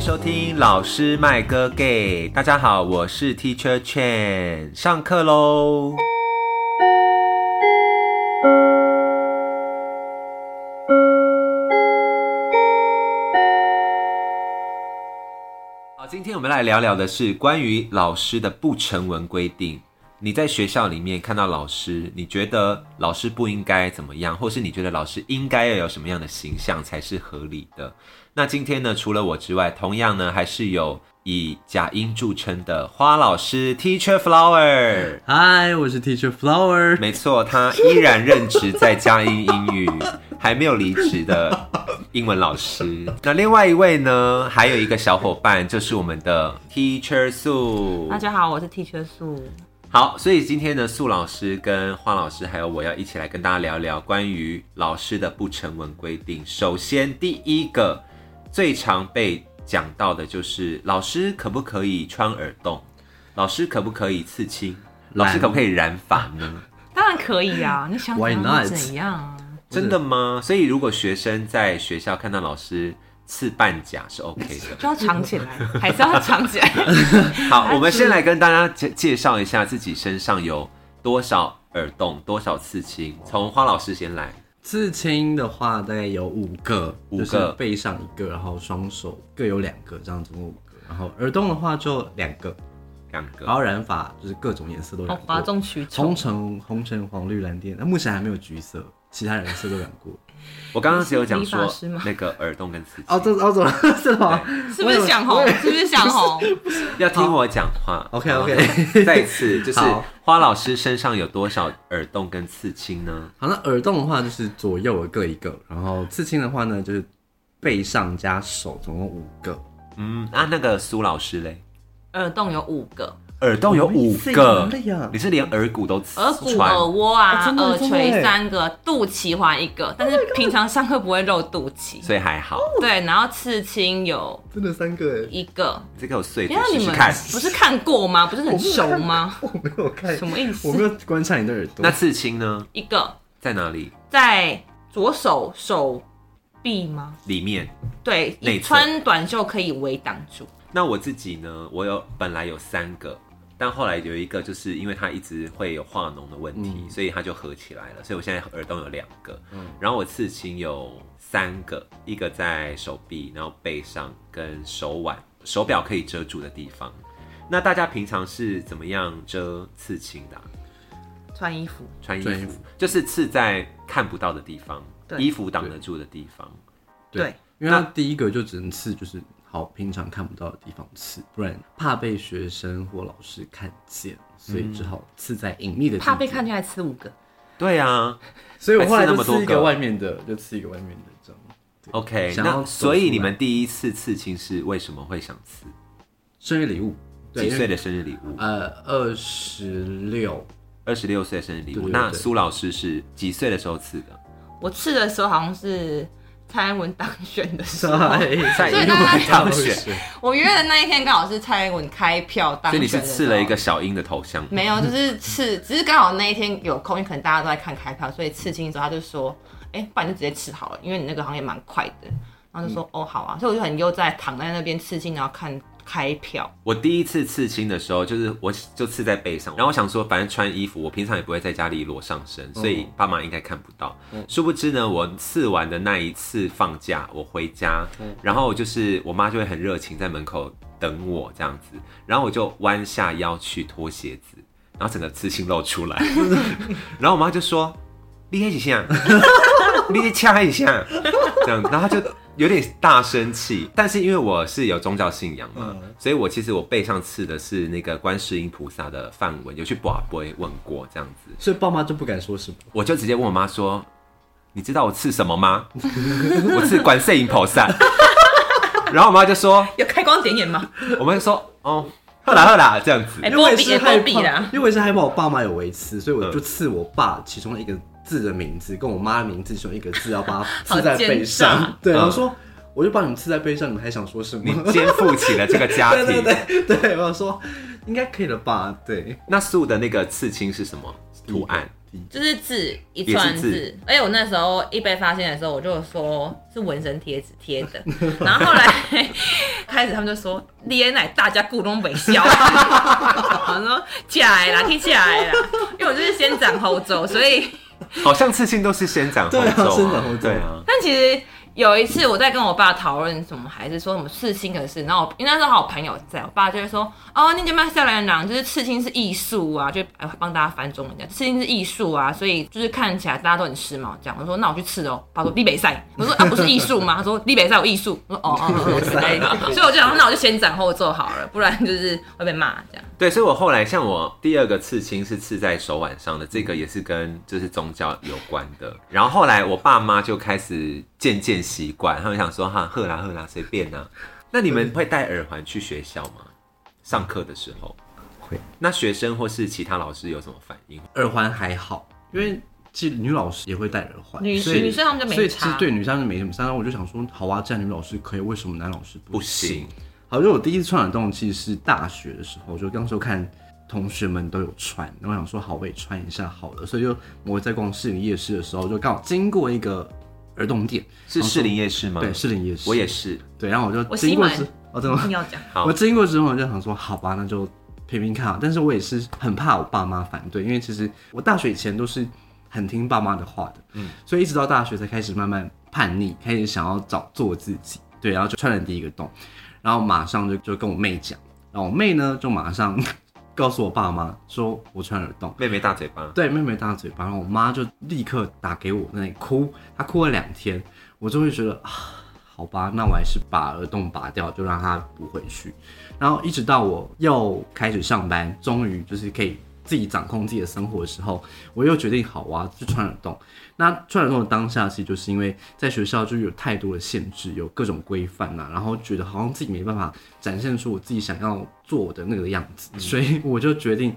收听老师麦哥 gay，大家好，我是 Teacher Chen，上课喽。好，今天我们来聊聊的是关于老师的不成文规定。你在学校里面看到老师，你觉得老师不应该怎么样，或是你觉得老师应该要有什么样的形象才是合理的？那今天呢，除了我之外，同样呢还是有以假音著称的花老师 Teacher Flower。嗨，我是 Teacher Flower。没错，他依然任职在佳音英语，还没有离职的英文老师。那另外一位呢，还有一个小伙伴，就是我们的 Teacher 素。大家好，我是 Teacher 素。好，所以今天呢，素老师跟花老师还有我要一起来跟大家聊聊关于老师的不成文规定。首先，第一个最常被讲到的就是老师可不可以穿耳洞？老师可不可以刺青？老师可不可以染发呢？当然可以 啊，你想 Why 怎样 not？就怎样啊？真的吗？所以如果学生在学校看到老师刺半甲 是 OK 的。就要藏起 来，还是要藏起来？ 好，我们先来跟大家介介绍一下自己身上有多少耳洞、多少刺青。从花老师先来，刺青的话大概有五个，五个就是背上一个，然后双手各有两个，这样总共五个。然后耳洞的话就两个，两然个。后染发就是各种颜色都好染哗过，众取宠红。橙、红橙、黄绿蓝靛，那目前还没有橘色，其他颜色都染过。我刚刚只有讲理说发师吗那个耳洞跟刺 哦，青，这哦，怎么 了？是吗？是不是想红？是不是想红？要听我讲话。OK OK。再次就是好花老师身上有多少耳洞跟刺青呢？好，那耳洞的话就是左右各一个，然后刺青的话呢就是背上加手，总共五个。嗯，啊，那个苏老师嘞， 耳洞有五个，耳洞有五我没刺个哪里啊，哦你是连耳骨都刺耳骨、穿耳窝哦，啊真的耳真的耶垂三个，肚脐环一个。但是平常上课不会露肚脐。所以还好。对，然后刺青有真的三个哎，一个。这个有碎骨因为试你试们看。不是看过吗？ 不是很熟吗？我没有看什么意思我没有观察你的耳朵。那刺青呢？一个在哪里？在左手手臂吗？里面。对，内以侧穿短袖可以围挡住。那我自己呢？我有本来有三个，但后来有一个，就是因为它一直会有化脓的问题，嗯所以它就合起来了。所以我现在耳洞有两个，然后我刺青有三个，一个在手臂，然后背上跟手腕，手表可以遮住的地方。那大家平常是怎么样遮刺青的啊、穿衣服，穿衣穿衣服服，就是刺在看不到的地方，对衣服挡得住的地方。对对，因为他第一个就只能刺，就是好平常看不到的地方刺，不然怕被学生或老师看见，所以只好刺在隐秘的地方。怕被看，见还吃五个，对啊，所以我后来就还刺那么刺多一个个外面的，就刺一个外面的这样。 OK，想要那走所以出你来们第一次刺青是为什么会想刺？生日礼物，几对，岁因为的生日礼物？呃，二十 六，二十六岁的生日礼对物。对对那苏老师是几岁的时候刺的？我吃的时候好像是蔡英文当选的时候，在在英文当选 我约的那一天刚好是蔡英文开票当所以选你的时是候。刺了一个小鹰的头像吗。没有，就是刺，只是刚好那一天有空，因为可能大家都在看开票，所以刺青的时候他就说，哎、不然就直接刺好了，因为你那个好像也蛮快的。然后就说、嗯哦好啊，所以我就很悠哉躺在那边刺青，然后看开票。我第一次刺青的时候，就是我就刺在背上，然后我想说，反正穿衣服，我平常也不会在家里裸上身，所以爸妈应该看不到。殊不知呢，我刺完的那一次放假，我回家，然后就是我妈就会很热情在门口等我这样子，然后我就弯下腰去脱鞋子，然后整个刺青露出来，然后我妈就说：“你黑几下，你去掐一下。” 这样，然后她就有点大生气。但是因为我是有宗教信仰嘛，嗯所以我其实我背上刺的是那个观世音菩萨的梵文，有去卜龟问过这样子，所以爸妈就不敢说什么。我就直接问我妈说：“你知道我刺什么吗？” 我刺观世音菩萨。 然后我妈就说有开光点眼吗？：“我妈就说哦，喝啦喝啦，这样子。哎、因为波我也比是也害波比怕啦，，因为我也是害怕我爸妈有微刺，所以我就刺我爸其中一个字的名字，跟我妈的名字其中一个字，要把 它刺在背好奸上诈。对，嗯然后说，我就把你们刺在背上，你们还想说什你么？肩负起了这个家庭。 对对对对，我想说应该可以了吧？对，那素的那个刺青是什么图案？地，就是字一也串字是，而且我那时候一被发现的时候，我就说是纹身贴纸贴的，然后后来开始他们就说连奶大家故弄北笑， 我说起来啦，听起来啦，因为我就是先斩后奏，所以好像刺青都是先斩后对啊奏先斩嘛后奏，对啊，但其实有一次我在跟我爸讨论什么，还是说什么刺青的事，然后我因为那时候还有朋友在，我爸就会说：“哦，那叫麦下来郎，就是刺青是艺术啊，就哎帮大家翻中文讲，刺青是艺术啊，所以就是看起来大家都很时髦。”这样我说：“那我去刺哦。”他说：“立北赛。”我说：“啊，不是艺术吗？”他说：“立北赛有艺术。”我说：“哦哦哦，之类的。” 所以我就想说，那我就先斩后奏好了，不然就是会被骂这样。对，所以我后来像我第二个刺青是刺在手腕上的，这嗯个也是跟就是宗教有关的。然后后来我爸妈就开始渐渐习惯，他们想说哈赫啦赫啦随便啦、那你嗯们会戴耳环去学校吗？上课的时候会。那学生或是其他老师有什么反应？耳环还好，因为其实女老师也会戴耳环，女所以女生他们就所没以其实差。对女生就没什么差。然后我就想说，好啊，既然女老师可以，为什么男老师不不行，好，就我第一次穿耳洞其实是大学的时候，就当时候看同学们都有穿，然后想说好我也穿一下好了，所以就我在逛士林夜市的时候，就刚好经过一个耳洞店，是士林夜市吗？对，士林夜嗯市，我也是。对，然后我就我经西过门之，哦，真的一吗？定要讲，好我经过之后我就想说，好吧，那就拼拼看啊。但是我也是很怕我爸妈反对，因为其实我大学以前都是很听爸妈的话的，嗯，所以一直到大学才开始慢慢叛逆，开始想要找做自己，对，然后就穿了第一个洞，然后马上就就跟我妹讲，然后我妹呢就马上 告诉我爸妈说我穿耳洞。妹妹大嘴巴，对，妹妹大嘴巴，然后我妈就立刻打给我，在那里哭，她哭了两天，我就会觉得啊，好吧，那我还是把耳洞拔掉，就让它补回去。然后一直到我又开始上班，终于就是可以自己掌控自己的生活的时候，我又决定好我要去穿耳洞。那穿耳洞的当下，其实就是因为在学校就有太多的限制，有各种规范呐、然后觉得好像自己没办法展现出我自己想要做的那个样子，所以我就决定。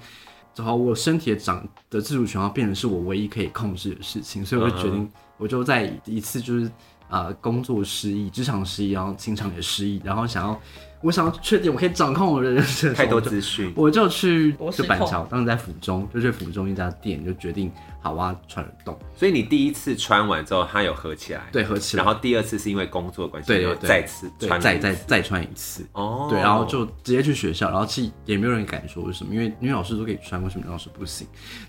然后我身体的掌的自主权要变成是我唯一可以控制的事情，所以我就决定，我就在一次就是呃工作失意、职场失意，然后情场也失意，然后想要我想要确定我可以掌控我的人生的时候，太多我就资讯。我就去我就失板控桥，当时在府中，就去府中一家店，就决定好我要穿耳洞，所以你第一次穿完之后，它有合起来，对，合起来，然后第二次是因为工作关系，对然后对再次对穿，再再再穿一次，哦，对，然后就直接去学校，然后其实也没有人敢说为什么，因为女老师都可以穿，为什么男老师不行？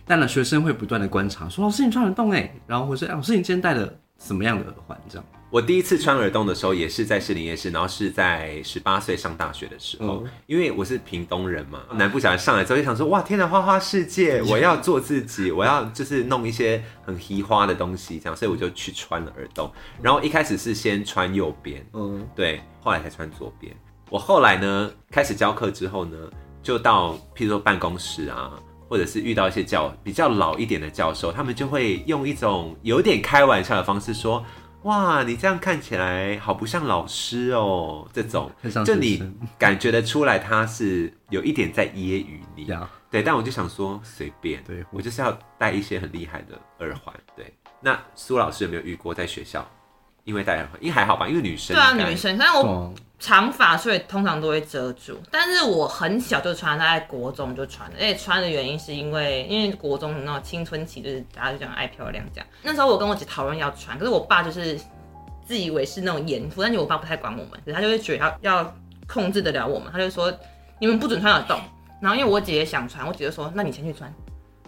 但呢，学生会不断的观察，说老师你穿耳洞哎，然后或是哎老师你今天戴了什么样的耳环这样，我第一次穿耳洞的时候，也是在士林夜市，然后是在十八岁上大学的时候，嗯因为我是屏东人嘛，啊南部小孩上来之后就想说，哇，天哪，花花世界，我要做自己，我要就是弄一些很稀花的东西，这样，所以我就去穿了耳洞，然后一开始是先穿右边，嗯，对，后来才穿左边。我后来呢，开始教课之后呢，就到譬如说办公室啊，或者是遇到一些教比较老一点的教授，他们就会用一种有点开玩笑的方式说：“哇，你这样看起来好不像老师哦。”这种很 像，就学你生感觉得出来他是有一点在揶揄你。呀，对，但我就想说随便，对我就是要戴一些很厉害的耳环。对，那苏老师有没有遇过在学校因为戴耳环？因为还好吧，因为女生对啊，应该女生，但我懂，长发，所以通常都会遮住。但是我很小就穿，大概国中就穿了，而且穿的原因是因为因为国中那种青春期，就是大家就讲爱漂亮这样。那时候我跟我姐讨论要穿，可是我爸就是自以为是那种严父，但是我爸不太管我们，可是他就会觉得要要控制得了我们，他就说你们不准穿耳洞。然后因为我姐也想穿，我姐就说那你先去穿，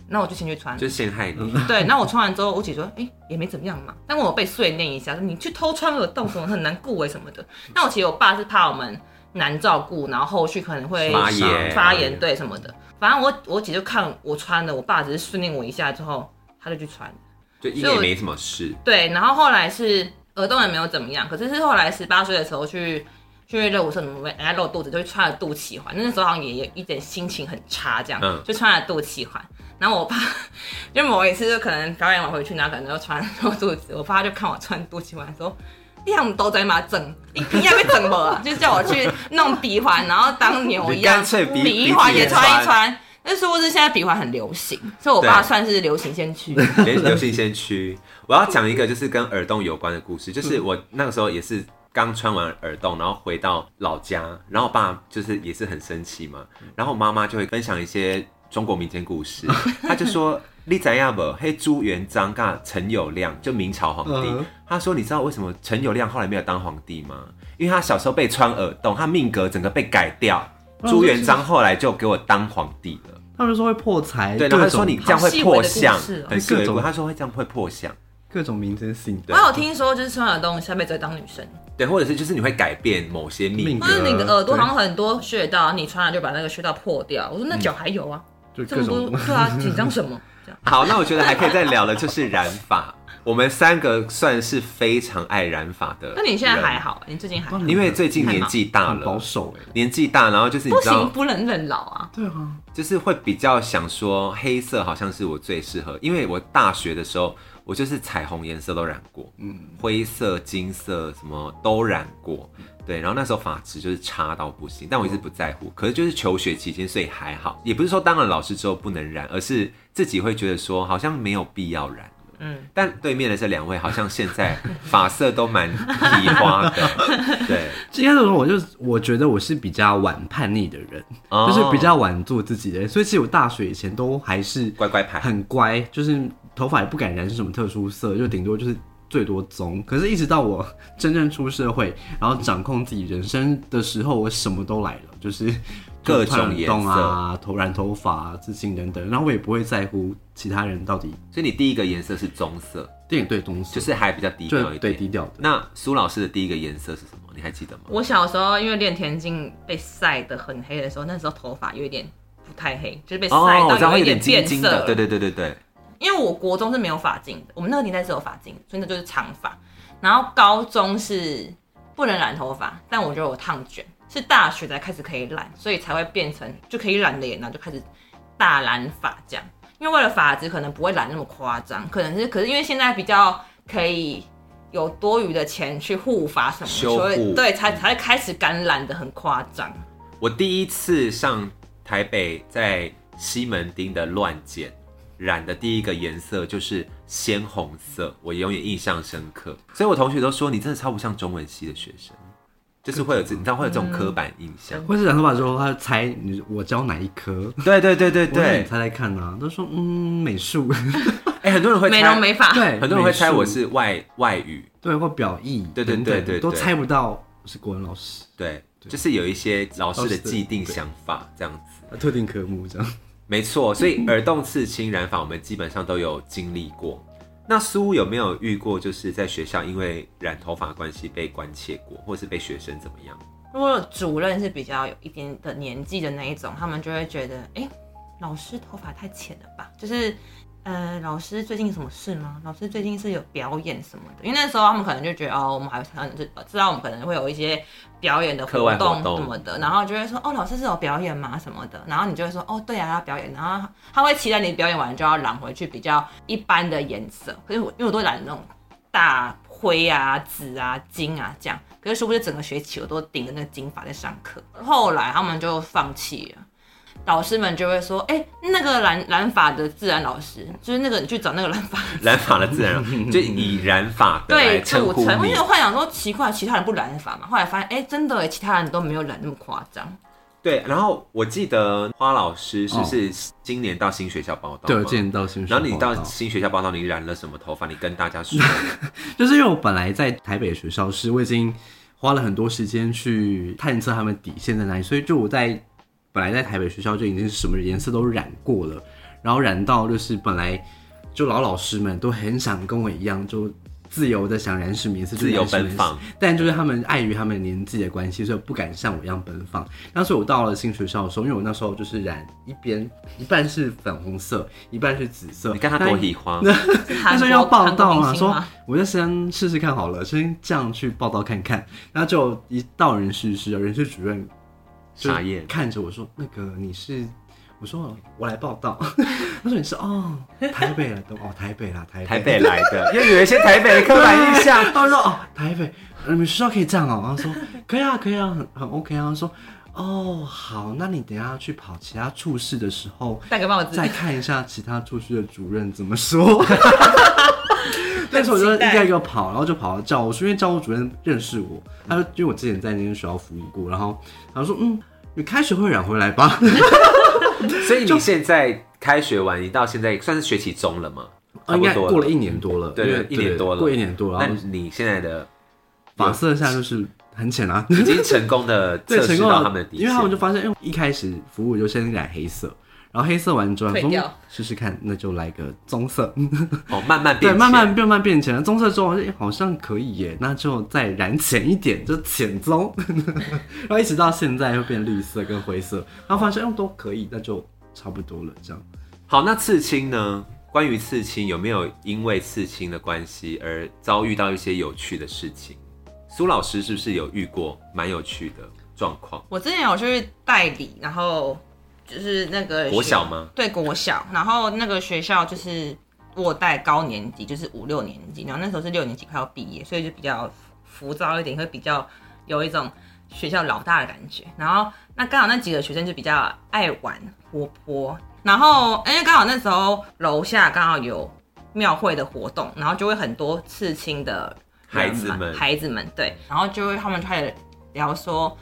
那我就先去穿。就是陷害你。 对，那我穿完之后，我姐说，哎、也没怎么样嘛。但我被碎念一下，说你去偷穿耳洞什么很难顾欸为什么的。那我其实我爸是怕我们难照顾，然后后续可能会发伤炎发炎对什么的。反正我我姐就看我穿的，我爸只是训练我一下之后，他就去穿。就因所以为我没什么事，对，然后后来是耳洞也没有怎么样，可是是后来十八岁的时候去去热舞社，什么人家哎露肚子就会穿了肚脐环，那时候好像也有一点心情很差，这样、嗯就穿了肚脐环。然后我爸就某一次就可能表演完回去，然后可能就穿露肚子，我爸就看我穿肚脐环说。你们都在嘛整，你你也被整吧，就叫我去弄鼻环，然后当牛一你样干，脆鼻鼻环也穿一鼻子穿。但是不是现在鼻环很流行，所以我爸对算是流行先驱。连流行先驱。我要讲一个就是跟耳洞有关的故事，就是嗯我那个时候也是刚穿完耳洞，然后嗯回到老家，然后我爸就是也是很生气嘛，然后我妈妈就会分享一些中国民间故 事，他就说你怎样不？黑朱元璋跟陈友谅，就明朝皇帝。嗯他说你知道为什么陈友谅后来没有当皇帝吗？因为他小时候被穿耳洞，他命格整个被改掉。哦嗯朱元璋后来就给我当皇帝了。他们说会破财，对，然后各他说种你这样会破相好细微的故事哦，很各哎各种种，他说会这样会破相，各种民间信对我有听说，就是穿耳洞下辈子会当女生，对，或者是就是你会改变某些命命格或，者你的耳朵对好像很多穴道，你穿了就把那个穴道破掉。我说那脚还有啊，嗯就这各么种多，对啊，紧张什么？这 样好，那我觉得还可以再聊的就是染发。我们三个算是非常爱染发的。那你现在还？好，你最近还好嗯因为最近年纪大 很保了，守哎。年纪大，然后就是你不知道行，，不能认老啊。对啊，就是会比较想说黑色好像是我最适合，因为我大学的时候我就是彩虹颜色都染过，嗯，灰色、金色什么都染过。对，然后那时候发质就是差到不行，但我一直不在嗯乎。可是就是求学期间，所以还好，也不是说当了老师之后不能染，而是自己会觉得说好像没有必要染。嗯，但对面的这两位好像现在发色都蛮提花 的，对，应该这种我就我觉得我是比较晚叛逆的人，哦就是比较晚做自己的人，所以其实我大学以前都还是哦乖乖牌。很乖，就是头发也不敢染是什么特殊色，就顶多就是最多棕。可是，一直到我 真正出社会，然后掌控自己人生的时候，我什么都来了，就是各就穿种颜耳洞啊、头染头发、啊、自信等等。然后我也不会在乎其他人到底所以你第一个颜色是棕色，对对东西，就是还比较低调就一对点。低调的。那苏老师的第一个颜色是什么？你还记得吗？我小时候因为练田径被晒得很黑的时候，那时候头发有一点不太黑，就是被晒哦，我知道到会一有点金变金色的，了。对对对对对，因为我国中是没有发巾的，我们那个年代是有发巾，所以那就是长发。然后高中是不能染头发，但我觉得我烫卷，是大学才开始可以染，所以才会变成就可以染脸，啊然后就开始大染发这样。因为为了发质可能不会染那么夸张，可能是可是因为现在比较可以有多余的钱去护发什么，修护所以对才才会开始敢染的很夸张。我第一次上台北，在西门町的乱剪染的第一个颜色就是鲜红色，我永远印象深刻。所以我同学都说你真的超不像中文系的学生，就是会有这，你知道会有这种刻板印象。或是染头发之后，他就猜你我教哪一科？对对对对我说你对，猜猜看啊。他说嗯，美术，哎、很多人会美容猜，美发，对，很多人会猜美术我是外外语，对或表意等对等，对对对对都猜不到是国文老师对，就是有一些老师老的师的既定对想法这样子。特定科目这样。没错，所嗯以耳洞刺青染发我们基本上都有经历过。那苏有没有遇过，就是在学校因为染头发关系被关切过，或是被学生怎么 样？如果主任是比较有一点的年纪的那一种，他们就会觉得，哎、老师头发太浅了吧？就是，呃，老师最近有什么事吗？老师最近是有表演什么的？因为那时候他们可能就觉得，哦，我们还可能知知道我们可能会有一些表演的课活外活动动什么的，然后就会说，哦，老师是有表演吗？什么的，然后你就会说，哦，对啊，要表演，然后他会期待你表演完就要染回去比较一般的颜色，可是我因为我都染那种大灰啊、紫啊、金啊这样。可是殊不知整个学期我都顶着那个金发在上课。后来他们就放弃了，老师们就会说：“哎、那个染染发的自然老师，就是那个你去找那个染 发染发的自然，哦就以染发的来对称组呼成。”因你为。我幻想说奇怪，其他人不染发嘛。后来发现，哎、真的耶，其他人都没有染那么夸张。对，然后我记得花老师是不是今年到新学校报道对，吗？我之前到新然后你手报到道新学校报道，你染了什么头发？你跟大家 说。就是因为我本来在台北学校是，我已经花了很多时间去探测他们底线在哪里，所以就我在本来在台北学校就已经是什么颜色都染过了，然后染到就是本来就老老师们都很想跟我一样就。自由的想染什么颜色就自由染什么奔放 颜色，但就是他们碍于他们年纪的关系，所以不敢像我一样奔放。那所以我到了新学校的时候，因为我那时候就是染一边一半是粉红色，一半是紫色。你看他那多喜欢，那韩时国候要报道嘛，嘛，韩国明星说吗我就先试试看好了，先这样去报道看看。然后就一到人事室，人事主任就傻眼看着我说：“那个你是？”我说：“我来报道。”他说：“你是哦，台北了，懂哦，台北啦，台北。”台北来的，因为有一些台北的刻板印象。他说：“哦，台北，你们学校可以这样哦。”然后 说：“可以啊，可以啊，很很 OK 啊。”他说：“哦，好，那你等一下去跑其他处室的时候，戴个帽子再，看一下其他住区的主任怎么 说。 但是我就一个一个跑，然后就跑到教务处，因为教务主任认识我，他就因为我之前在那间学校服务过，然后他就说，嗯，你开学会染回来吧。所以你现在开学完，你到现在算是学期中了吗？差啊哦应不该多过了一年多了，对对一因为年多了过一年多了，那然后你现在的法色下就是很浅啊， 已经成功的对，测成试功到了，他们的底线，因为他们就发现，因为一开始服务就先染黑色，然后黑色完之后退说掉嗯试试看，那就来个棕色，哦慢慢变对，浅，慢慢慢慢变浅了，棕色之后哎好像可以耶，那就再染浅一点，就浅棕， 然后一直到现在又变绿色跟灰色，然后发现嗯都可以，那就差不多了这样。好，那刺青呢？关于刺青，有没有因为刺青的关系而遭遇到一些有趣的事情？苏老师是不是有遇过蛮有趣的状况？我之前有去代理，然后就是那个国学小吗？对国小，然后那个学校就是我带高年级，就是五六年级，然后那时候是六年级快要毕业，所以就比较浮躁一点，会比较有一种学校老大的感觉。然后那刚好那几个学生就比较爱玩活泼，然后因为刚好那时候楼下刚好有庙会的活动，然后就会很多刺青的人孩子嘛们孩子们对，然后就会他们就开始聊说，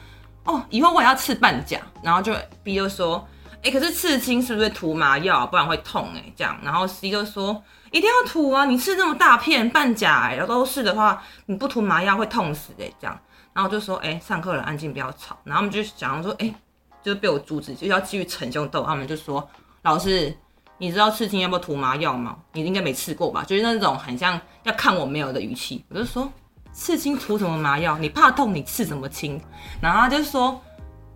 哦，以后我也要刺半甲，然后就 B 就说。哎、可是刺青是不是涂麻药啊，不然会痛哎、这样，然后 C 就说一定要涂啊，你刺那么大片半甲哎、然后都是的话，你不涂麻药会痛死哎、这样，然后我就说哎、上课了，安静不要吵，然后他们就想说哎、就是被我阻止，就是要继续逞凶斗，他们就说老师，你知道刺青要不要涂麻药吗？你应该没吃过吧？就是那种很像要看我没有的语气，我就说刺青涂什么麻药？你怕痛你刺什么青？然后他就说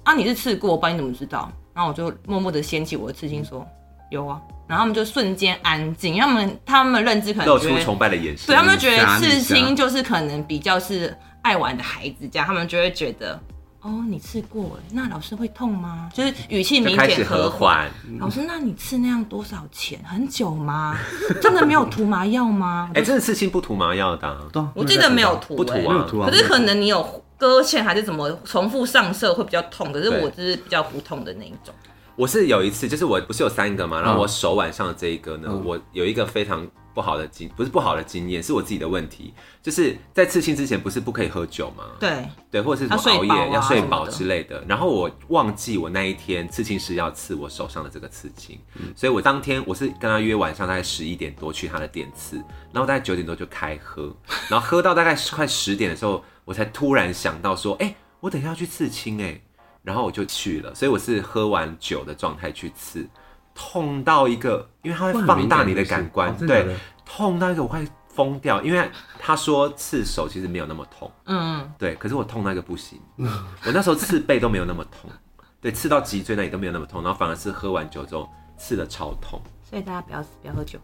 啊，你是刺过，不然你怎么知道？然后我就默默的掀起我的刺青说有啊，然后他们就瞬间安静，因为他们他们认知可能露觉出得崇拜的眼神。对他们觉得瞎刺瞎青就是可能比较是爱玩的孩子这样，他们就会觉得哦，你刺过耶，那老师会痛吗？就是语气就明开始显和和缓。缓。老师，那你刺那样多少钱？很久吗？真的没有涂麻药吗？ 哎、真的刺青不涂麻药的啊、对啊我记得没有涂、不涂哎没有涂啊，可是可能你有割线还是怎么重复上色会比较痛，可是对我就是比较不痛的那一种。我是有一次，就是我不是有三个嘛，然后嗯我手腕上的这一个呢，嗯我有一个非常不好的经，不是不好的经验，是我自己的问题，就是在刺青之前不是不可以喝酒吗？对，对，或者是什要睡么熬夜饱啊要睡什么饱的之类的。然后我忘记我那一天刺青师要刺我手上的这个刺青，所以我当天我是跟他约晚上大概十一点多去他的店刺，然后大概九点多就开喝，然后喝到大概快十点的时候，我才突然想到说，哎、我等一下要去刺青哎、然后我就去了，所以我是喝完酒的状态去刺，痛到一个，因为它会放大你的感官，会很敏对感是不是哦真的假的，痛到一个我快疯掉，因为他说刺手其实没有那么痛。嗯，对，可是我痛到一个不行，我那时候刺背都没有那么痛，对，刺到脊椎那里都没有那么痛，然后反而是喝完酒之后刺的超痛。所以大家不要不要喝酒。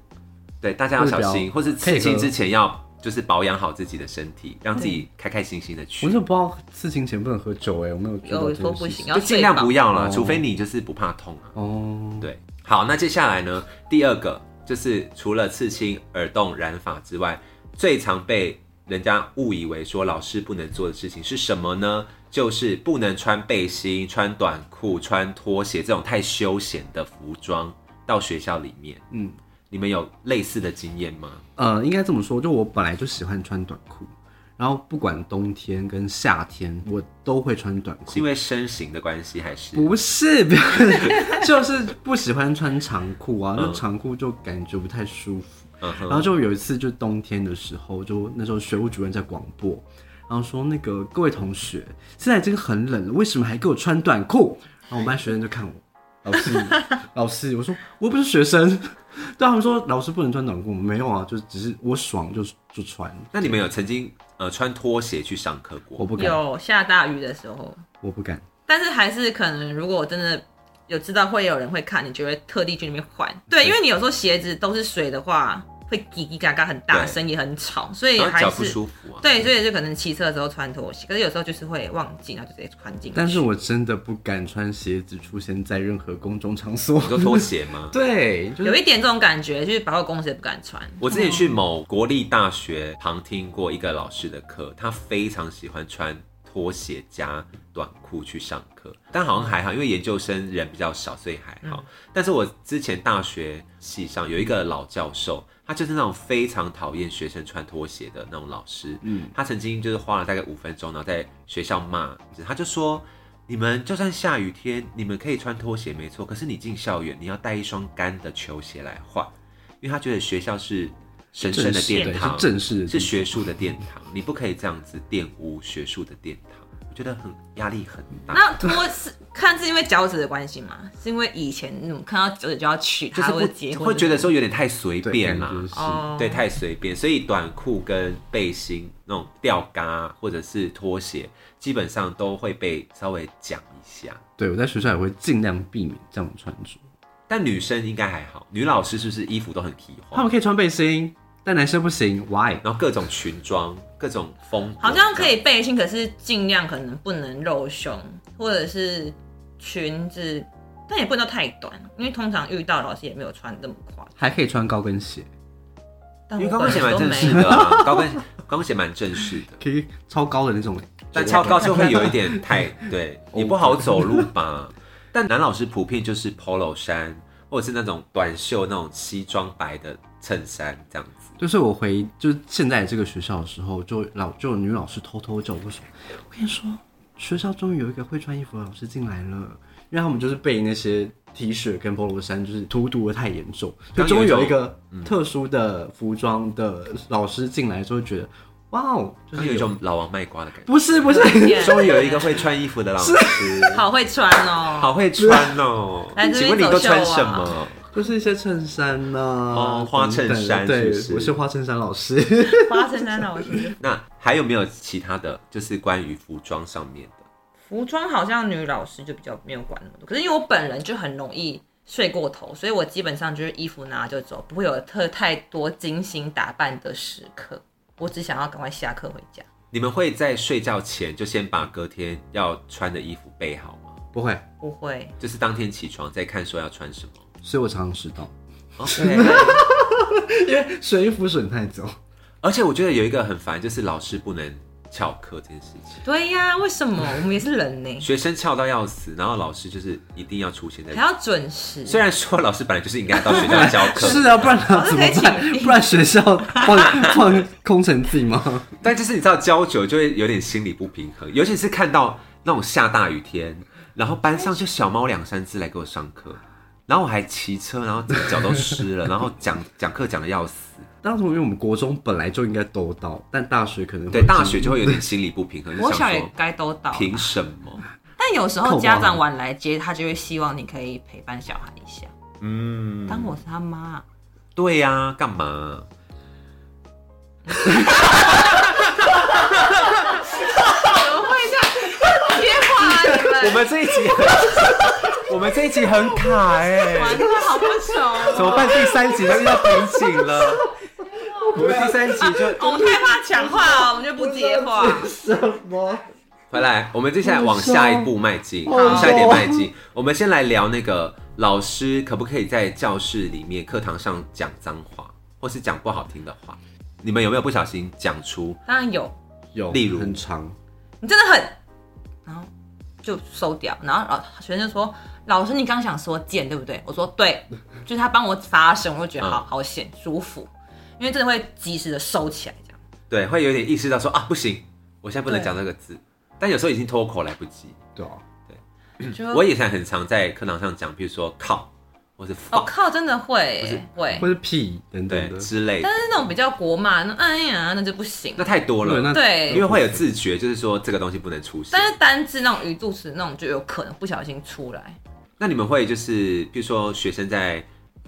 对，大家要小心，或是刺配青合之前要就是保养好自己的身体，让自己开开心心的去我，就不知道刺青前不能喝酒哎、我没有注意到有这件说事不行，情就要尽睡量饱不。要啦，哦除非你就是不怕痛啊。哦，对，好，那接下来呢，第二个就是除了刺青、耳洞、染发之外，最常被人家误以为说老师不能做的事情是什么呢？就是不能穿背心、穿短裤、穿拖鞋这种太休闲的服装到学校里面。嗯嗯，你们有类似的经验吗？呃，应该这么说，就我本来就喜欢穿短裤，然后不管冬天跟夏天，我都会穿短是裤因。为身形的关系，还是不是，不是 就是不喜欢穿长裤啊，嗯就长裤就感觉不太舒服。嗯哼然后就有一次，就冬天的时候，就那时候学务主任在广播，然后说那个各位同学，现在已经很冷了，为什么还给我穿短裤？然后我们班学生就看我，老 师，老师，我说我又不是学生，对啊他们说老师不能穿短裤，没有啊，就只是我爽就就穿，那你们有曾经呃穿拖鞋去上课过？我不敢，有下大雨的时候，我不敢。但是还是可能，如果我真的有知道会有人会看，你就会特地去那边换。对，因为你有时候鞋子都是水的话，会叽叽嘎嘎很大对声，也很吵，所以然后还脚不是舒服啊。对，所以就可能骑车的时候穿拖鞋，可是有时候就是会忘记，然后就直接穿进去。但是我真的不敢穿鞋子出现在任何公众场所你。说拖鞋吗？对，就是有一点这种感觉，就是百货公司也不敢穿。我之前去某国立大学旁听过一个老师的课，他非常喜欢穿拖鞋加短裤去上课，但好像还好，因为研究生人比较少，所以还好。但是我之前大学系上有一个老教授，他就是那种非常讨厌学生穿拖鞋的那种老师。嗯，他曾经就是花了大概五分钟，然后在学校骂，他就说。你们就算下雨天，你们可以穿拖鞋没错，可是你进校园，你要带一双干的球鞋来换，因为他觉得学校是神圣的殿对堂，是正式的是地学术的殿堂，你不可以这样子玷污学术的殿堂，我觉得很压力很大。那脱是看是因为脚趾的关系吗？是因为以前那种看到脚趾就要娶就她或者结是不婚，会觉得说有点太随对便啦感，觉是哦，对，太随便，所以短裤跟背心那种吊嘎或者是拖鞋，基本上都会被稍微讲一下。对，我在学校也会尽量避免这样的穿着。但女生应该还好，女老师是不是衣服都很奇他花们？可以穿背心，但男生不行，why？然后各种裙装、各种风格，好像可以背心，可是尽量可能不能露胸，或者是裙子，但也不能太短，因为通常遇到老师也没有穿这么夸张。还可以穿高跟鞋，这但样，因为我高跟鞋本蛮人正都没式的、啊，高跟高跟鞋蛮正式 的，可以超高的那种、欸。但超高就会有一点 太对，也不好走路吧。但男老师普遍就是 polo 衫，或者是那种短袖那种西装白的衬衫这样子。就是我回就是现在这个学校的时候，就老就有女老师偷偷叫我说：“我跟你说，学校终于有一个会穿衣服的老师进来了。”因为他们就是被那些 T 恤跟 polo 衫就是荼毒的太严重，就刚终于有有一嗯一个特殊的服装的老师进来，就会觉得哇哦，就嗯就是是有一有种老王卖瓜的感不是不是， 觉。终于有一个会穿衣服的老师，好会穿 哦、好会穿哦、 来这边请问你都穿走秀啊什么？ 就是一些衬衫呐、哦花衬衫等等是不是对，我是花衬衫老师。 花衬衫老师，那还有没有其他的就是关于服装上面的？服装好像女老师就比较没有管那么多，可是因为我本人就很容易睡过头，所以我基本上就是衣服拿就走，不会有特太多精心打扮的时刻。我只想要赶快下课回家。你们会在睡觉前就先把隔天要穿的衣服备好吗？不会，不会，就是当天起床再看说要穿什么。所以我常常迟到， 哦，对。因为水服损太久。 而且我觉得有一个很烦，就是老师不能翘课这件事情，对呀、为什么？我们也是人呢、 学生翘到要死，然后老师就是一定要出现在还。要准时。虽然说老师本来就是应该到学校教 课，是啊，不然他是怎可么以请办？病不然学校放放空城计吗？ 但就是你知道教久就会有点心理不平衡，尤其是看到那种下大雨天，然后班上就小猫两三只来给我上课，然后我还骑车，然后整个脚都湿了，然后讲讲课讲的要死。当时因为我们国中本来就应该都到，但大学可能对，大学就会有点心理不平衡，就国小想也说该都到，凭什么？但有时候家啊长晚来接，他就会希望你可以陪伴小孩一下。嗯，当我是他妈，啊对呀、干嘛？怎么会这样？接话我你们，们这一集很，我们这一集很卡哎、 玩的好不熟。怎么办？第三集就遇到瓶颈 了。我们第三集就哦我们害怕讲话哦，我们就不接话。什么？回来，我们接下来往下一步迈进，好往下一点迈进。我们先来聊那个老师可不可以在教室里面、课堂上讲脏话，或是讲不好听的话？你们有没有不小心讲出？当然有，有，例如很长，你真的很，然后就收掉。然后老学生就说：“老师，你刚想说贱对不对？”我说：“对。”就是他帮我发声，我就觉得好嗯好险舒服，因为真的会及时的收起来这样。对，会有点意识到说啊，不行，我现在不能讲这个字。但有时候已经脱口来不及。对啊，就嗯嗯我以前很常在课堂上讲，比如说靠，或是我、哦 fuck，、哦靠，真的会不是耶会或，者屁等对等的，之类的但，是那种比较国骂，那哎呀，那就不行那。太多了对。那因为对，会有自觉，就是说这个东西不能出现。但是单字那种语助词那种就有可能不小心出来。那你们会就是，比如说学生在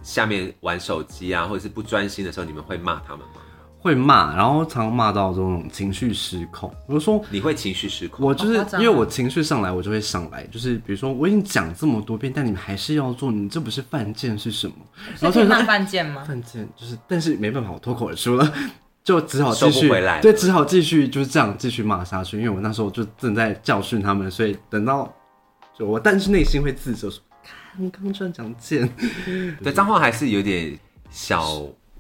下面玩手机啊，或者是不专心的时候，你们会骂他们吗？会骂，然后常骂到这种情绪失控。我就说你会情绪失控？我就是好夸张因哦为我情绪上来，我就会上来，就是比如说我已经讲这么多遍，但你们还是要做，你这不是犯贱是什么？所哦然后以可以就说慢慢见吗？犯贱就是，但是没办法，我脱口而出了， 就只好继收续不回来对，只好继续就是这样继续骂下去。因为我那时候就正在教训他们，所以等到就我，但是内心会自责说，看我刚刚居然讲贱， 对脏话还是有点小，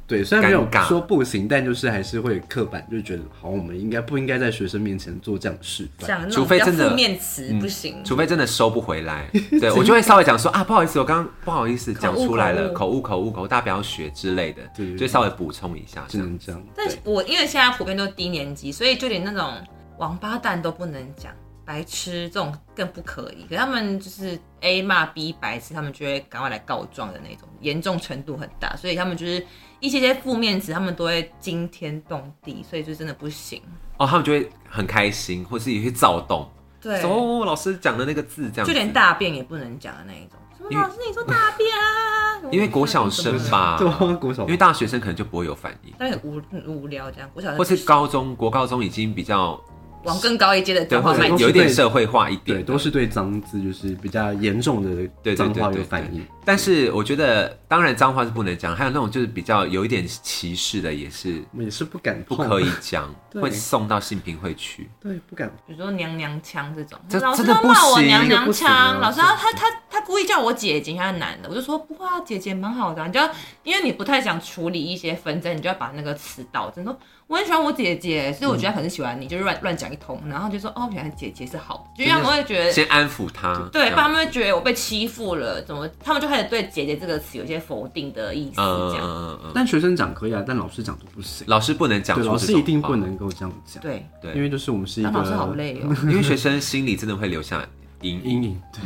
对，虽然没有尴尬说不行，但就是还是会有刻板，就觉得好，我们应该不应该在学生面前做这样的示范。讲那哎除种非比较真的嗯负面词不行。除非真的收不回来，对我就会稍微讲说啊，不好意思，我刚刚不好意思误讲出来了，口口误口误口误，大家不要学之类的对，对就稍微补充一下只这样。能这样，但是我因为现在普遍都低年级，所以就连那种王八蛋都不能讲，白痴这种更不可以。可他们就是 A 骂 B 白痴，他们就会赶快来告状的那种，严重程度很大，所以他们就是一些些负面词，他们都会惊天动地，所以就真的不行。哦，他们就会很开心，或是也会躁动，对，说哦，老师讲的那个字这样子，就连大便也不能讲的那一种。什么因为老师你说大便啊？因为国小生吧，对啊，国小因为大学生可能就不会有反应，但是很无很无聊这样。我小时候或是高中国高中已经比较往更高一阶的对，状或况是者都迈进，有一点社会化一点的，对都是对脏字就是比较严重的对对脏对话对有反应。但是我觉得，当然脏话是不能讲，还有那种就是比较有一点歧视的，也是我们也是不敢不碰，可以讲，对会送到性平会去。对，不敢。比如说娘娘腔这种，这老师真的他不骂我行娘这个娘不行啊腔，这老师他他他他故意叫我姐姐，他是男的，我就说不会啊，姐姐蛮好的、啊。你就要因为你不太想处理一些纷争，你就要把那个词导正，说我很喜欢我姐姐，所以我觉得她很喜欢你，就是乱乱讲一通，然后就说哦，原来姐姐是好的，就让我会觉得先安抚他，对，这不然他样们会觉得我被欺负了，怎么？他们就开始对“姐姐”这个词有些否定的意思，嗯嗯这样。嗯嗯嗯，但学生讲可以啊，但老师讲都不行。老师不能讲对，出老这师种一定话不，能够这样讲，对，对因为就是我们是一个当老师好累哦。因为学生心里真的会留下阴影，阴影。对，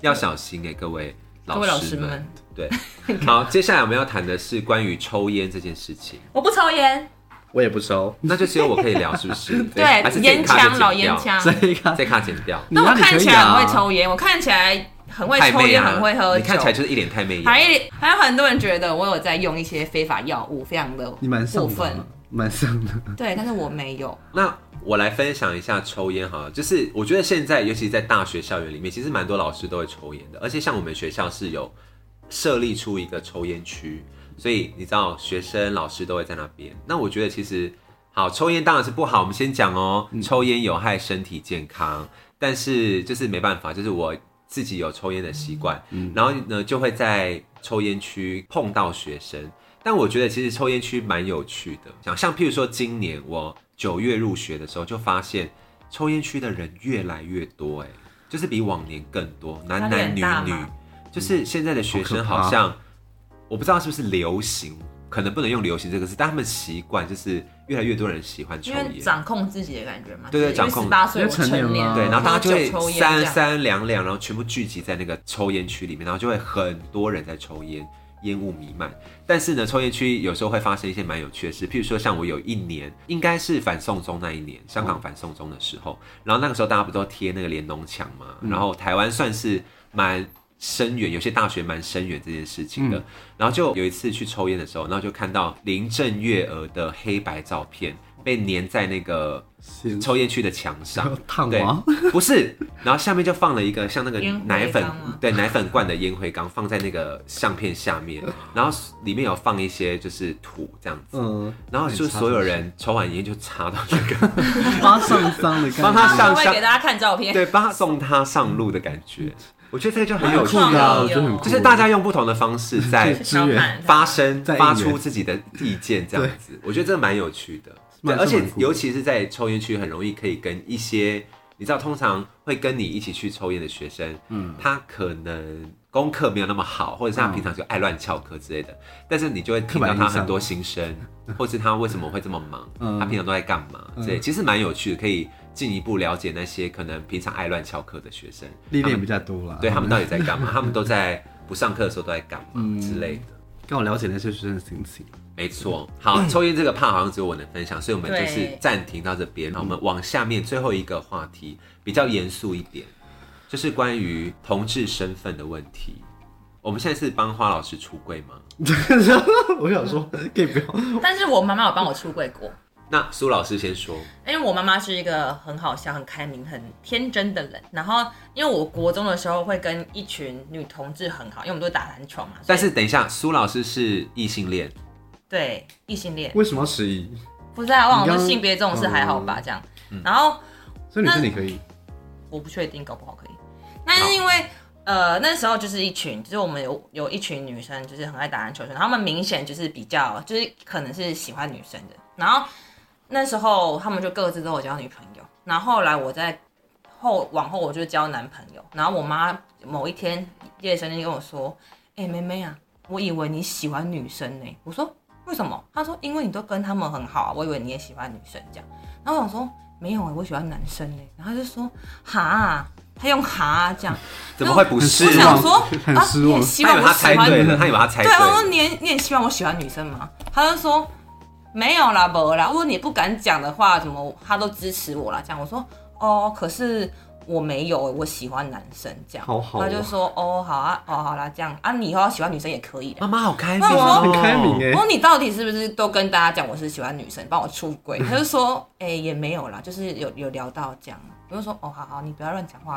要小心哎，各位各位 老老师师们们。，对，好，接下来我们要谈的是关于抽烟这件事 情，我不抽烟，我也不 收。那就只有我可以聊，是不是？还是对，这一烟咖就枪剪老烟掉，枪。这一个，这一咖剪掉。那我看起来很你会啊，抽烟，我看起来很会太抽妹烟，啊！很会喝你酒，看起来就是一脸太妹还样。一还有很多人觉得我有在用一些非法药物，非常的你蛮过上分的，，蛮上的。对，但是我没有，那我来分享一下抽烟哈，就是我觉得现在，尤其在大学校园里面，其实蛮多老师都会抽烟的，而且像我们学校是有设立出一个抽烟区，所以你知道学生、老师都会在那边。那我觉得其实好，抽烟当然是不好，我们先讲哦，抽烟有害身体健康，但是就是没办法，就是我自己有抽烟的习惯，然后呢就会在抽烟区碰到学生。但我觉得其实抽烟区蛮有趣的，像像譬如说今年我九月入学的时候，就发现抽烟区的人越来越多、哎，就是比往年更多，男压力男很女大女吗，就是现在的学生好可怕好像我不知道是不是流行，可能不能用流行这个字，但他们习惯就是越来越多人喜欢抽因为烟。掌控自己的感觉嘛，对对掌控十八岁我因为成年年了啊对，然后大家就会喝酒抽烟这三样三两两，然后全部聚集在那个抽烟区里面，然后就会很多人在抽烟，烟雾弥漫。但是呢，抽烟区有时候会发生一些蛮有趣的事，譬如说像我有一年，应该是反送中那一年，香港反送中的时候，然后那个时候大家不都贴那个连农墙嘛，然后台湾算是蛮。深远，有些大学蛮深远这件事情的。然后就有一次去抽烟的时候，然后就看到林郑月娥的黑白照片被粘在那个 是抽烟区的墙 上，烫对吗？ 不是，然后下面就放了一个像那个烟灰奶粉缸吗，对，奶粉罐的烟灰缸放在那个相片下面，嗯然后里面有放一些就是土这样子，嗯，然后就所有 人抽完烟就插到那个，帮他上脏的感觉，帮他上我会给大家看照片，对，帮他送他上路的感觉，我觉得这个就很有很趣嗯酷很的啊，有我觉得很酷。就是大家用不同的方式在 是小满发声，在应发援出自己的意见，这样子，我觉得这蛮有趣的。对，蛮而且蛮酷的尤其是在抽烟区，很容易可以跟一些你知道，通常会跟你一起去抽烟的学生，嗯，他可能功课没有那么好，或者是他嗯平常就爱乱翘课之类的，但是你就会听到刻板印他象很多心声，或是他为什么会这么忙， 嗯他平常都在干嘛？对，其实蛮有趣的，可以进一步了解那些可能平常爱乱翘课的学生，历他们练比较多了，对他们到底在干嘛？他们都在不上课的时候都在干嗯嘛之类的？跟我了解那些学生的心情。没错， 好，抽烟这个怕好像只有我能分享，所以我们对就是暂停到这嗯边，然后我们往下面最后一个话题比较严肃一点，就是关于同志身份的问题。我们现在是帮花老师出柜吗？我想 说，可以不要但是我妈妈有帮我出柜过，那苏老师先说，因为我妈妈是一个很好笑、很开明、很天真的人。然后，因为我国中的时候会跟一群女同志很好，因为我们都打篮球嘛。所以但是等一下，苏老师是异性恋，对异性恋，为什么要迟疑？不是啊，忘你刚了嗯就性别这种事还好吧？这样，然后所以女生你可以，我不确定，搞不好可以。那是因为呃那时候就是一群，就是我们有有一群女生，就是很爱打篮球，然后她们明显就是比较就是可能是喜欢女生的。然后那时候他们就各自都有交女朋友，然后后来我在后往后我就交男朋友，然后我妈某一天夜深就跟我说：“哎、妹妹啊，我以为你喜欢女生呢、我说：“为什么？”她说：“因为你都跟他们很好啊，我以为你也喜欢女生这样。”然后我想说：“没有哎、我喜欢男生哎、然后他就说哈，他用哈这样，怎么会不是我失想望说很啊，失你望也希他以望为我他喜猜欢对了，他以为他猜对，我说对了。你也你也希望我喜欢女生吗？他就说没有啦，没啦。如果你不敢讲的话，怎么他都支持我啦？这样我说哦，可是我没有，我喜欢男生这样。好好啊哦他就说哦，好啊，哦好啦，这样啊，你以后要喜欢女生也可以的。妈妈好开明那我哦，说很开明我哎、说你到底是不是都跟大家讲我是喜欢女生，帮我出轨？他就说，哎、也没有啦，就是有有聊到这样。我就说，哦，好好，你不要乱讲话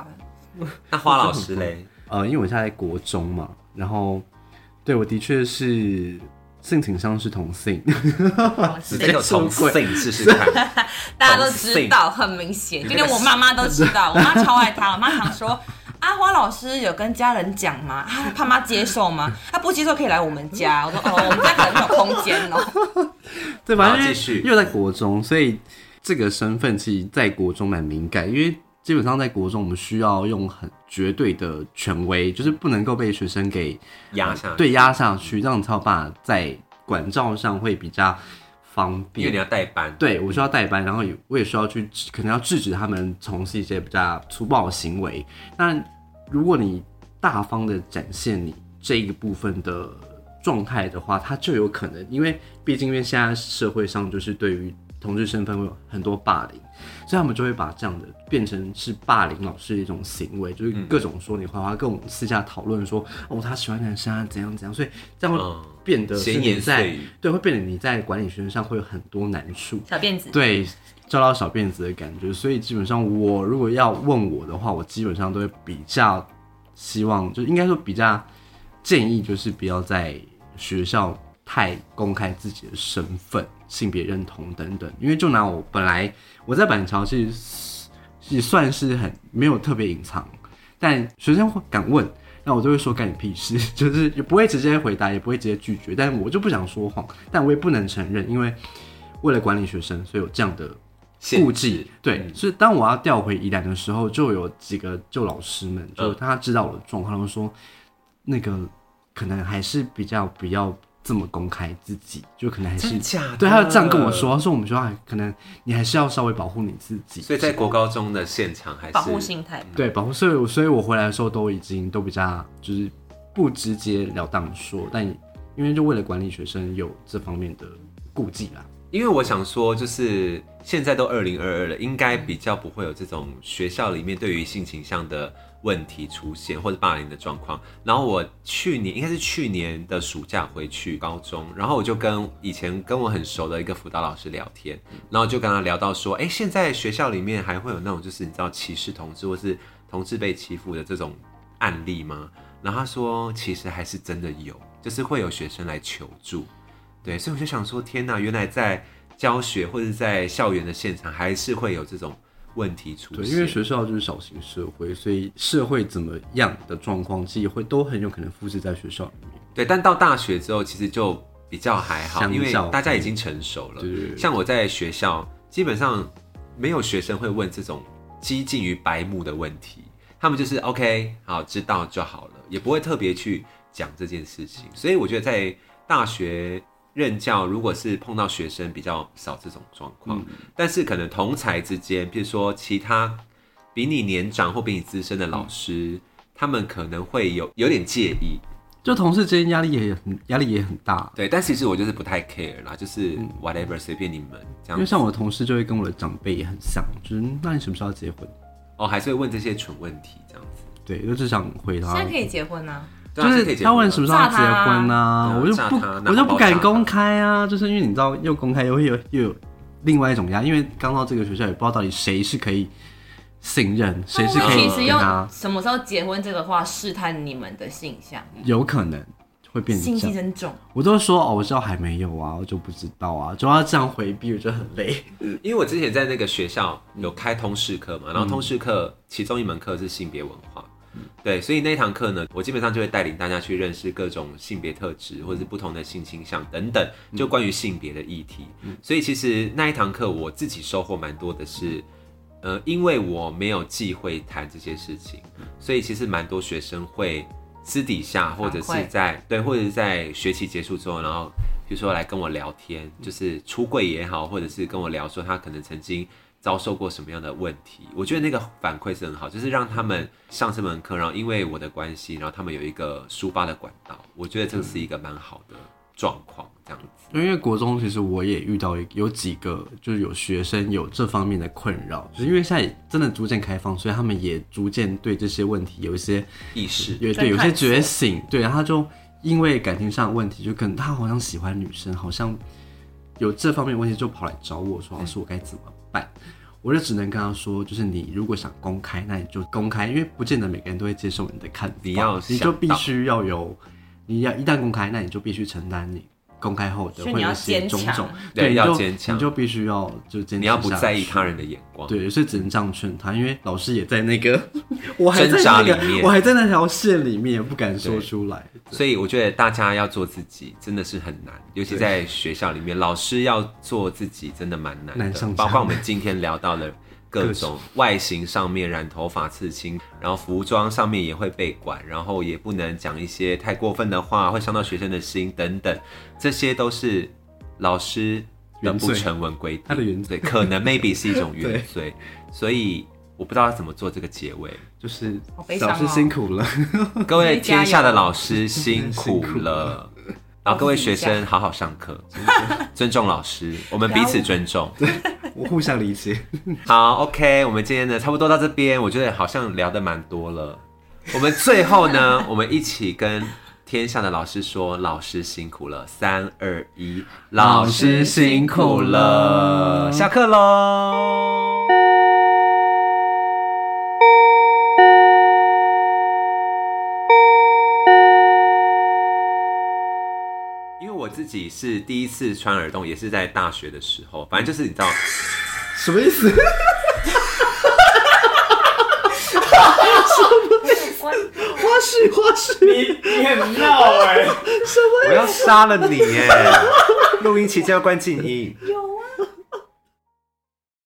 了。那花老师嘞，呃，因为我现在在国中嘛，然后对我的确是性倾向是同性， 直接就从出轨性试试看。 大家都知道，很明显，就连我妈妈都知 道。我妈超爱他，我妈常说：“ 阿花老师有跟家人讲吗？啊，他妈接受吗？他不接受可以来我们 家。”我说：“哦，我们家可能有空间哦。对吧？好因为继续因为我在国中，所以这个身份其实在国中蛮敏感，因为基本上在国中我们需要用很绝对的权威，就是不能够被学生给压下去，对压下去，这样才有办法在管教上会比较方因为你便。要代班，对我需要代班，然后也我也需要去制可能要制止他们从事一些比较粗暴的行为。那如果你大方的展现你这一个部分的状态的话，它就有可能，因为毕竟因为现在社会上就是对于同志身份会有很多霸凌，所以他们就会把这样的变成是霸凌老师的一种行为，就是各种说你坏话，各种私下讨论说哦他喜欢男生啊怎样怎样，所以这样会嗯变得是闲言你在碎语对会变得你在管理学生上会有很多难处”，小辫子，对，抓到小辫子的感觉。所以基本上，我如果要问我的话，我基本上都会比较希望，就应该说比较建议，就是不要在学校太公开自己的身份、性别认同等等。因为就拿我本来我在板桥其实也算是很没有特别隐藏，但学生会敢问。那我就会说干你屁事，就是也不会直接回答，也不会直接拒绝，但我就不想说谎， 但我也不能承认，因为为了管理学生，所以有这样的限顾制嗯忌。对，所以当我要调回宜兰的时候，就有几个旧老师们，嗯就他知道我的状况，他们说那个可能还是比较不要这么公开自己，就可能还是真假的对，他就这样跟我说，他说我们学校还可能你还是要稍微保护你自己，所以在国高中的现场还是保护心态。对保护，所以我所以我回来的时候都已经都比较就是不直截了当说，但因为就为了管理学生有这方面的顾忌啦。因为我想说，就是现在都二零二二了，应该比较不会有这种学校里面对于性倾向的问题出现，或者霸凌的状况。然后我去年应该是去年的暑假回去高中，然后我就跟以前跟我很熟的一个辅导老师聊天，然后就跟他聊到说，哎，现在学校里面还会有那种就是你知道歧视同志或是同志被欺负的这种案例吗？然后他说，其实还是真的有，就是会有学生来求助。对，所以我就想说，天哪，原来在教学或者在校园的现场，还是会有这种问题出对，现。因为学校就是小型社会，所以社会怎么样的状况，其实会都很有可能复制在学校里面。对，但到大学之后，其实就比较还好，相较嗯因为大家已经成熟了。对对对像我在学校，基本上没有学生会问这种接近于白目的问题，他们就是 OK，好，知道就好了，也不会特别去讲这件事情。所以我觉得在大学任教，如果是碰到学生比较少这种状况，嗯但是可能同才之间，比如说其他比你年长或比你资深的老师，他们可能会有有点介意。就同事之间压力也很压力也很大，对，但其实我就是不太 care 啦，就是 whatever 随便你们这嗯因为样。像我的同事就会跟我的长辈也很像，就是嗯那你什么时候要结婚？哦，还是会问这些蠢问题这样子。对，就只想回答现，在可以结婚啊，对就啊是他问什么时是候要结婚炸他啊，对啊我就炸不他拿我就红包不敢炸他公开啊，就是因为你知道又公开又会有又有另外一种压力，因为刚到这个学校也不知道到底谁是可以信任，谁是那我可以其实跟用他，什么时候结婚这个话试探你们的性向，有可能会变成性这气样。真重。我都说哦，我知道还没有啊，我就不知道啊，就要这样回避，我觉得很累。他因为我之前在那个学校嗯有开通识课嘛，然后通识课其中一门课是性别文化。嗯对，所以那一堂课呢，我基本上就会带领大家去认识各种性别特质，或者是不同的性倾向等等，嗯就关于性别的议题。所以其实那一堂课我自己收获蛮多的是，呃，因为我没有忌讳谈这些事情，所以其实蛮多学生会私底下或者反是馈在对，或者是在学期结束之后，然后嗯比如说来跟我聊天，就是出柜也好，或者是跟我聊说他可能曾经遭受过什么样的问题。我觉得那个反馈是很好，就是让他们上这门课，然后因为我的关系，然后他们有一个抒发的管道。我觉得这个嗯是一个蛮好的状况，这样子。 因为国中其实我也遇到一有几个，就是有学生有这方面的困扰，就是因为现在真的逐渐开放，所以他们也逐渐对这些问题有一些意识有在对有些探索觉醒，对，然后他就因为感情上的问题，就可能他好像喜欢女生，好像有这方面的问题，就跑来找我说，老师我该怎么办？我就只能跟他说，就是你如果想公开，那你就公开，因为不见得每个人都会接受你的看法，你要你就想必到须要有，你要一旦公开，那你就必须承担你公开后的所会以你有要一些坚种强种，对你要就坚强你就必须要就坚持，你要不在意他人的眼光，对，所以只能这样劝他，因为老师也在那个， 我还在挣扎那个里，面我还在那条线里面，不敢说对出来。所以我觉得大家要做自己真的是很难，尤其在学校里面，老师要做自己真的蛮难难的上。加包括难我们今天聊到了各种外形上面染头发、刺青，然后服装上面也会被管，然后也不能讲一些太过分的话，会伤到学生的心等等，这些都是老师的原罪不成文规定。他的原对，可能 maybe 是一种原罪，所以我不知道要怎么做这个结尾。就是好悲伤老哦师辛苦了， 各位加油天下的老师辛苦辛苦了了，然后各位学生好好上课，尊重老师，我们彼此尊重。我互相理解。 好，OK，我们今天呢差不多到这边，我觉得好像聊得蛮多了。我们最后呢，我们一起跟天下的老师说：“老师辛苦了。”三二一，老师辛苦了，下课喽。因为我自己是第一次穿耳洞，也是在大学的时候，反正就是你知道。 什么意思？ 花絮花絮，你很 闹哎、我要杀了你耶！录音期间要关静音。有